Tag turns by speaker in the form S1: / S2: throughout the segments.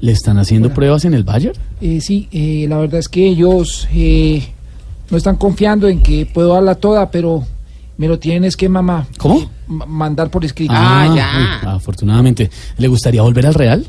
S1: ¿le están haciendo pruebas en el Bayern?
S2: Eh, sí, eh, la verdad es que ellos eh, no están confiando en que puedo darla toda, pero me lo tienen es que mamá.
S1: ¿Cómo?
S2: ma- mandar por escrito.
S1: Ah, ya. afortunadamente. ¿Le gustaría volver al Real?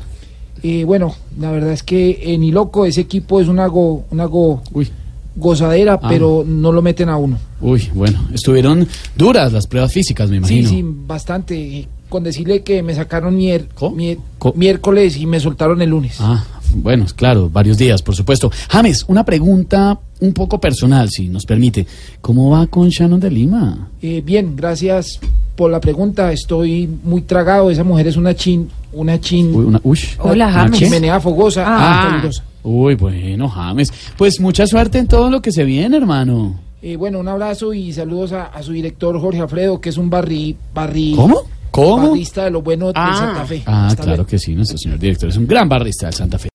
S2: Eh, bueno, la verdad es que eh, ni loco, ese equipo es una, go- una go-
S1: Uy.
S2: gozadera,
S1: Ah.
S2: pero no lo meten a uno.
S1: Uy, bueno, estuvieron duras las pruebas físicas, me
S2: Sí,
S1: imagino.
S2: sí, bastante. eh, Con decirle que me sacaron mier-
S1: ¿Co?
S2: mier-
S1: Co-
S2: miércoles y me soltaron el lunes.
S1: Ah, bueno, claro, varios días, por supuesto. James, una pregunta un poco personal, si nos permite. ¿Cómo va con Shannon de Lima?
S2: Eh, bien, gracias por la pregunta. Estoy muy tragado. Esa mujer es una chin, una chin,
S1: Uy, una, uy,
S3: Hola,
S1: ¿una
S3: James.
S1: qué?
S2: chimenea fogosa,
S3: Ah.
S2: y peligrosa.
S1: Uy, bueno, James. Pues mucha suerte en todo lo que se viene, hermano.
S2: Eh, bueno, un abrazo y saludos a, a su director Jorge Alfredo, que es un barri, barri,
S1: ¿Cómo? ¿Cómo?
S2: barrista de lo bueno de Santa Fe.
S1: Ah,
S2: Hasta
S1: claro
S2: luego.
S1: que sí, nuestro señor director es un gran barrista del Santa Fe.